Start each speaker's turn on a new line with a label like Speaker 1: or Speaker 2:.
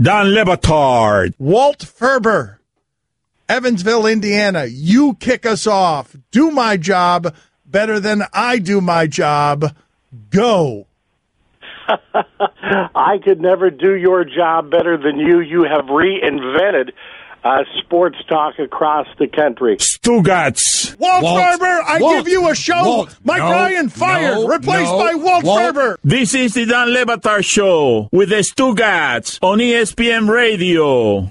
Speaker 1: Don Lebatard.
Speaker 2: Walt Ferber, Evansville, Indiana. You kick us off. Do my job better than I do my job. Go.
Speaker 3: I could never do your job better than you. You have reinvented uh, sports talk across the country.
Speaker 1: Stugatz.
Speaker 2: Walt,
Speaker 4: Walt.
Speaker 2: Ferber, I
Speaker 4: Walt.
Speaker 2: give you a show.
Speaker 4: Walt.
Speaker 2: Mike
Speaker 4: No.
Speaker 2: Ryan fired,
Speaker 4: No.
Speaker 2: replaced
Speaker 4: No.
Speaker 2: by Walt,
Speaker 4: Walt.
Speaker 2: Ferber.
Speaker 1: E This is the Don Lebatard Show with the Stugatz on ESPN Radio.